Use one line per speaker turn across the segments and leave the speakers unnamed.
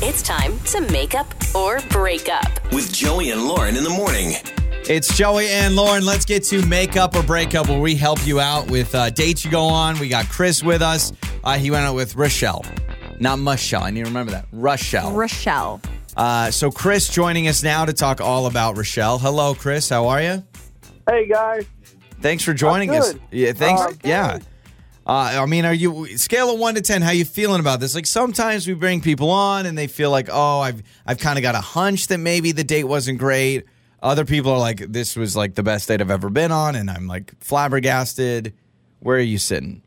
It's time to make up or break up.
with Joey and Lauren in the morning.
It's Joey and Lauren. Let's get to makeup or breakup, where we help you out with uh, dates you go on. We got Chris with us. Uh, he went out with Rochelle, not Michelle. I need to remember that. Rochelle.
Rochelle.
Uh, so Chris joining us now to talk all about Rochelle. Hello, Chris. How are you?
Hey guys,
Thanks for joining us.
good.
Yeah. Thanks.
Uh,
yeah. Uh, I mean, are you scale of one to ten? How you feeling about this? Like sometimes we bring people on and they feel like, oh, I've I've kind of got a hunch that maybe the date wasn't great. Other people are like, this was like the best date I've ever been on, and I'm like flabbergasted. Where are you sitting?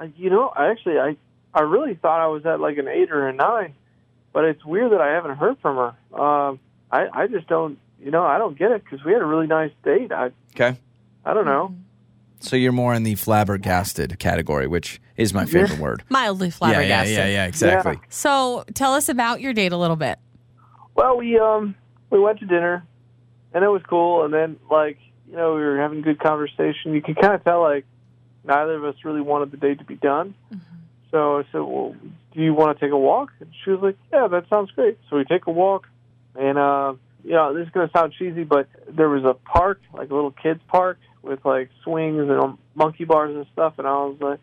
Uh, you know, I actually, I I really thought I was at like an eight or a nine, but it's weird that I haven't heard from her. Um, I I just don't, you know, I don't get it because we had a really nice date. I
Okay,
I don't know.
so you're more in the flabbergasted category, which is my favorite word.
Mildly
Yeah,
flabbergasted.
yeah, yeah, yeah, exactly.
So tell us about your date a little bit.
Well, we um we went to dinner, and it was cool. And then like you know we were having good conversation. You could kind of tell like neither of us really wanted the date to be done. So I said, well, do you want to take a walk? And she was like, yeah, that sounds great. So we take a walk, and uh, you know this is gonna sound cheesy, but there was a park, like a little kids park with like swings and um, monkey bars and stuff. And I was like,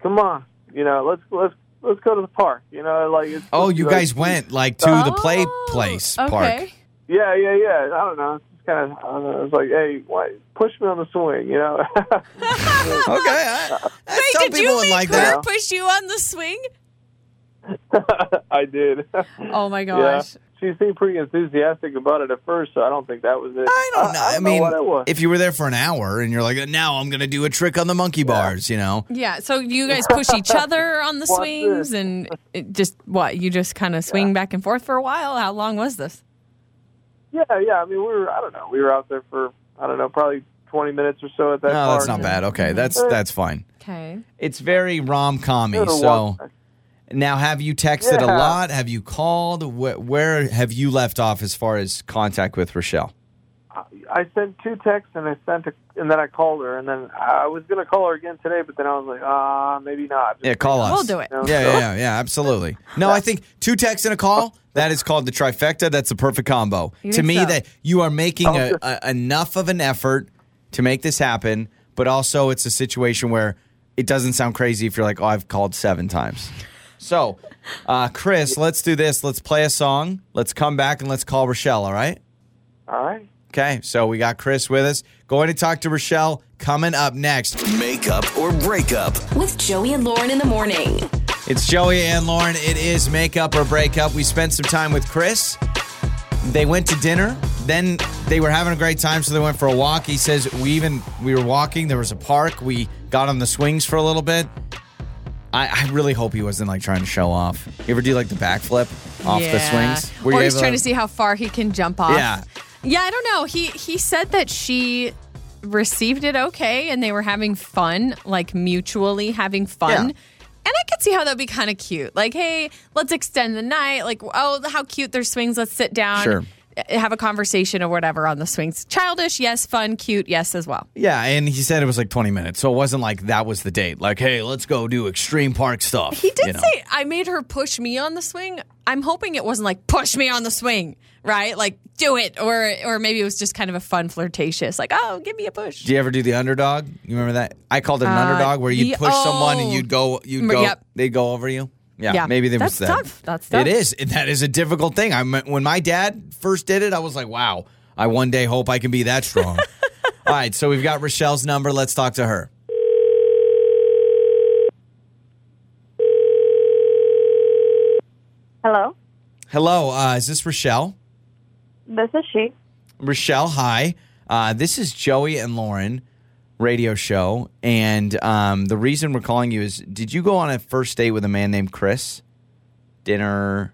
come on, you know, let's let's let's go to the park. You know, like it's
Oh, you guys went like to the play
Oh,
place
okay.
park.
yeah, yeah, yeah. I don't know. It's just kind of, I don't know. It's like, hey, why, push me on the swing, you know?
Okay, I, I-
Wait,
some
did
people
you
would
make
like
her
that.
push you on the swing?
I did.
Oh my
yeah.
gosh.
She seemed pretty enthusiastic about it at first, so I don't think that was it.
I don't know. I, mean,
what it was.
if you were there for an hour and you're like, now I'm going to do a trick on the monkey bars, you know?
Yeah. So you guys push each other on the
What's
swings
this?
and it just what? You just kind of swing back and forth for a while? How long was this?
yeah, yeah. I mean, we were, I don't know. We were out there for, I don't know, probably 20 minutes or so at that Eh.
No, that's
park.
not bad. Okay, that's that's fine.
Okay.
It's very rom com
It was a
So
walk.
now, have you texted a
Yeah.
lot? Have you called? Where, where have you left off as far as contact with Rochelle?
I sent two texts and I sent a, and then I called her and then I was gonna call her again today, but then I was like, ah, maybe not.
Yeah, call us.
We'll do it.
No.
Yeah, yeah, yeah, yeah, absolutely. No, I think two texts and a call, that is called the trifecta. That's the perfect combo.
You
To
think
me,
so?
that you are making a, a, enough of an effort to make this happen, but also it's a situation where it doesn't sound crazy if you're like, oh, I've called seven times. So, uh, Chris, let's do this. Let's play a song. Let's come back and let's call Rochelle, all right?
All right.
Okay, so we got Chris with us. Going to talk to Rochelle coming up next.
Make up or break up
With Joey and Lauren in the morning.
It's Joey and Lauren. It is makeup or breakup. We spent some time with Chris. They went to dinner. Then they were having a great time, so they went for a walk. He says we even we were walking. There was a park. We got on the swings for a little bit. I, I really hope he wasn't like trying to show off. You ever do like the backflip off the
Yeah.
swings?
or
you
he's
able
trying to see how far he can jump off.
Yeah.
Yeah, I don't know. He he said that she received it okay and they were having fun, like mutually having fun.
Yeah.
And I could see how that'd be kind of cute. Like, hey, let's extend the night. Like, oh, how cute their swings. Let's sit down,
Sure.
eh, have a conversation or whatever on the swings. Childish, yes. Fun, cute, yes, as well.
Yeah, and he said it was like 20 minutes, so it wasn't like that was the date. Like, hey, let's go do extreme park stuff.
He did
you know?
say, I made her push me on the swing. I'm hoping it wasn't like, push me on the swing, right? Like, do it. Or or maybe it was just kind of a fun, flirtatious, like, oh, give me a push.
Do you ever do the underdog? You remember that? I called it an underdog where you'd
the-
push someone and
Uh, oh.
you'd go, you'd
Mm,
go,
yep.
they'd go over you. Yeah,
Yeah.
maybe there was
That's
that.
tough. That's tough.
It is. That is a difficult thing. I mean, when my dad first did it, I was like, wow. I one day hope I can be that strong. All right, so we've got Rochelle's number. Let's talk to her.
Hello,
Hello, uh, is this Rochelle?
this is she.
Rochelle, hi. Uh, this is Joey and Lauren radio show, and um, the reason we're calling you is: Did you go on a first date with a man named Chris? Dinner.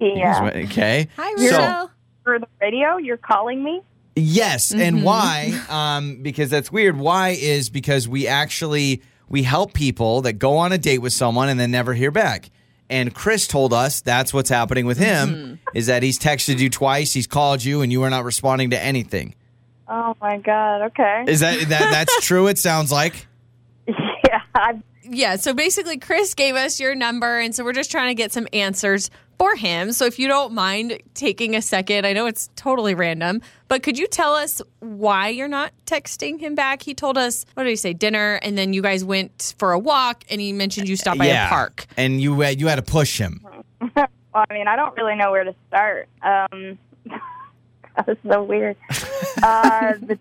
Yeah.
Okay.
Hi,
So-
Rochelle.
Through the radio, you're calling me?
Yes,
Mm-hmm.
and why? Um, because that's weird. Why is because we actually we help people that go on a date with someone and then never hear back. And Chris told us that's what's happening with him
Mm-hmm.
is that he's texted you twice, he's called you, and you are not responding to anything.
Oh my God. Okay.
Is that that that's true? It sounds like.
yeah. I,
yeah. So basically, Chris gave us your number, and so we're just trying to get some answers for him. So if you don't mind taking a second, I know it's totally random, but could you tell us why you're not texting him back? He told us, what did he say, dinner, and then you guys went for a walk, and he mentioned you stopped by a park.
and you uh, you had to push him.
Well, I mean, I don't really know where to start. Um, God, this is so weird. uh, the,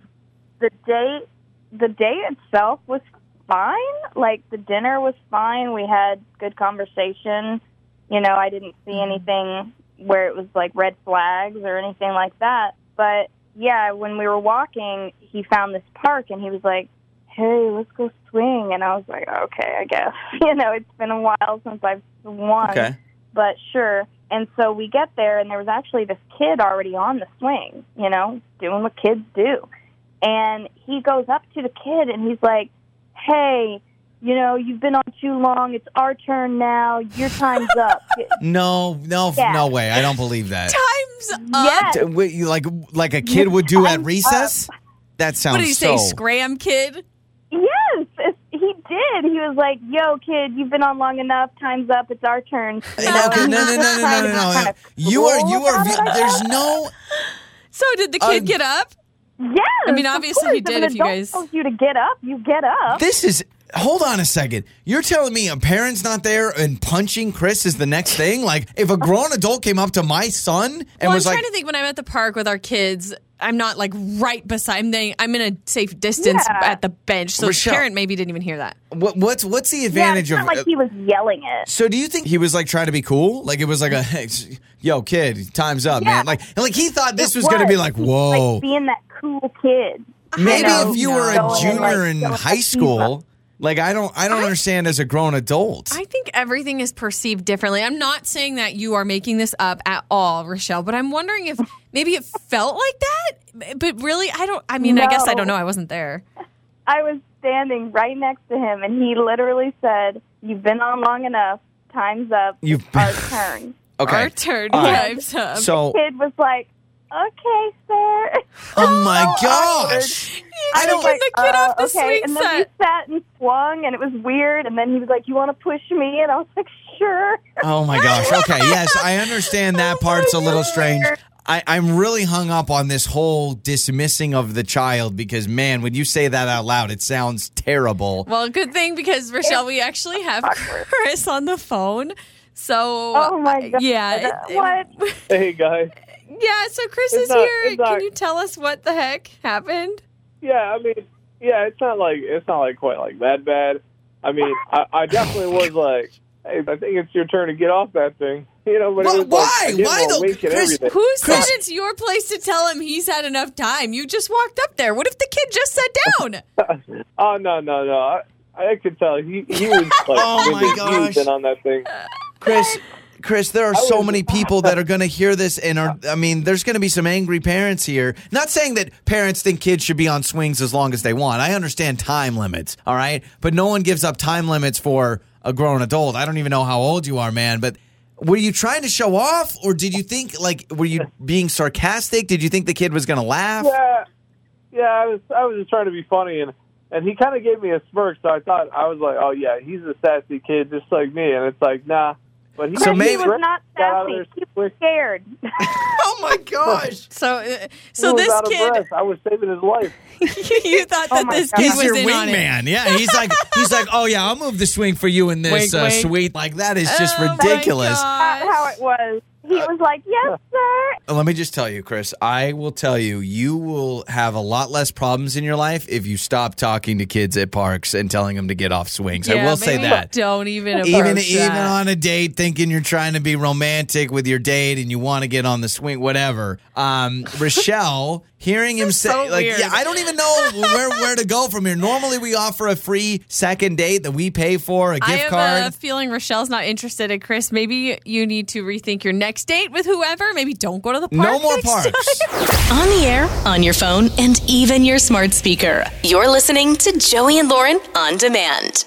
the date, the day itself was fine. Like the dinner was fine. We had good conversation. You know, I didn't see anything where it was like red flags or anything like that. But yeah, when we were walking, he found this park and he was like, "Hey, let's go swing." And I was like, "Okay, I guess." You know, it's been a while since I've swung
Okay.
but sure. And so we get there, and there was actually this kid already on the swing, you know, doing what kids do. And he goes up to the kid and he's like, Hey, you know, you've been on too long. It's our turn now. Your time's up.
Uh,
No, no, f
Yeah.
no way. I don't believe that.
Time's up.
yes.
D- wait, you like like a kid would do at recess. That sounds
uh, What did he
Oh, so.
say, scram kid?
Yes. It's- He did. He was like, Yo, kid, you've been on long enough. Time's up. It's our turn. You know,
No, okay,
and
no,
he
no,
was
no, no,
trying
no,
to
no,
be
no.
kinda
You are, you
cool
are.
about it, I
There's no.
So did the kid
Uh,
get up?
Yes.
I mean,
of
obviously
course.
he did
an
if you
adult
guys-
tells you to get up, you get up.
This is. Hold on a second. You're telling me a parent's not there and punching Chris is the next thing? Like, if a grown adult came up to my son and
Well, I'm
was
trying
like,
to think when I'm at the park with our kids, I'm not like right beside I'm they- I'm in a safe distance
Yeah.
at the bench. So
Rochelle.
the parent maybe didn't even hear that.
what, what's what's the
yeah,
advantage
it's not
of? uh,
like he was yelling it.
so, do you think he was like trying to be cool? Like, it was like a, hey, yo, kid, time's up,
Yeah.
man. Like, and, like he thought this
It
was, going to be
was.
like,
He was,
whoa.
like being that cool kid.
Maybe
know.
if you were a
No. Going
junior
in, like,
in
going
high
to
school, like I don't, I don't understand as a grown adult.
I think everything is perceived differently. I'm not saying that you are making this up at all, Rochelle, but I'm wondering if maybe it felt like that. But really, I don't. I mean, I guess I don't know.
No.
I wasn't there.
I was standing right next to him, and he literally said, "You've been on long enough. Time's up.
You've
It's our turn."
okay.
Our turn.
All right.
Time's up.
So,
Kid was like, "Okay, sir."
oh my
so
gosh, I don't
was like,
the kid
"Uh,
off the
okay.
swing
And then
set.
we sat and swung, and it was weird. And then he was like, "You want to push me?" And I was like, "Sure."
oh my gosh. Okay, yes, I understand that part's a little strange. I, I'm really hung up on this whole dismissing of the child because, man, when you say that out loud, it sounds terrible.
Well, good thing because Rochelle, we actually have Chris on the phone. So,
Oh my god!
yeah, it- it-
what?
Hey guys.
yeah. So Chris
It's
is
not-
here.
it's
Can
not-
you tell us what the heck happened?
Yeah, I mean, yeah, it's not like it's not like quite like that bad. I mean, I, I definitely was like, hey, I think it's your turn to get off that thing, you know. But
Well,
it was like,
why?
I gave
Why
him a
the-
wink and
Chris,
everything.
Who said
Chris-
it's your place to tell him he's had enough time? You just walked up there. What if the kid just sat down?
Oh no, no, no! I, I could tell he he was like
Oh, my
really
gosh.
used in on that thing.
Chris, Chris, there are so
was-
many people that are going to hear this, and are I mean, there's going to be some angry parents here. Not saying that parents think kids should be on swings as long as they want. I understand time limits, all right, but no one gives up time limits for a grown adult. I don't even know how old you are, man, but. Were you trying to show off, or did you think like were you being sarcastic? Did you think the kid was going to laugh?
Yeah, yeah. I was I was just trying to be funny, and and he kind of gave me a smirk, so I thought I was like, oh yeah, he's a sassy kid just like me, and it's like nah. But he
So
But
maybe-
he was not
Got out of
sassy. He
there
was
quick.
scared.
Uh,
Oh my gosh!
So, uh,
He
so
was
this
out of
kid,
breath. I was saving his life.
you thought that
my
this
God.
kid
He's
was
your
in on it.
wingman. Yeah, he's like he's like, oh yeah, I'll move the swing for you in this
Wink,
uh,
wink.
suite. Like that is just
Oh my
ridiculous.
That's
gosh.
how it was. He
uh,
was like, "Yes, sir."
Let me just tell you, Chris, I will tell you, you will have a lot less problems in your life if you stop talking to kids at parks and telling them to get off swings. I
Yeah,
will say
maybe
that.
Don't even approach
Even
that.
even on a date, thinking you're trying to be romantic with your date and you want to get on the swing, whatever. Um, Rochelle, hearing him say,
so
like,
weird.
yeah, I don't even know where where to go from here. Normally, we offer a free second date that we pay for, a gift
I have
card.
a feeling Rochelle's not interested in Chris. Maybe you need to rethink your next date with whoever. Maybe don't go to the park.
no more
next time.
parks.
On the air, on your phone, and even your smart speaker. You're listening to Joey and Lauren on demand.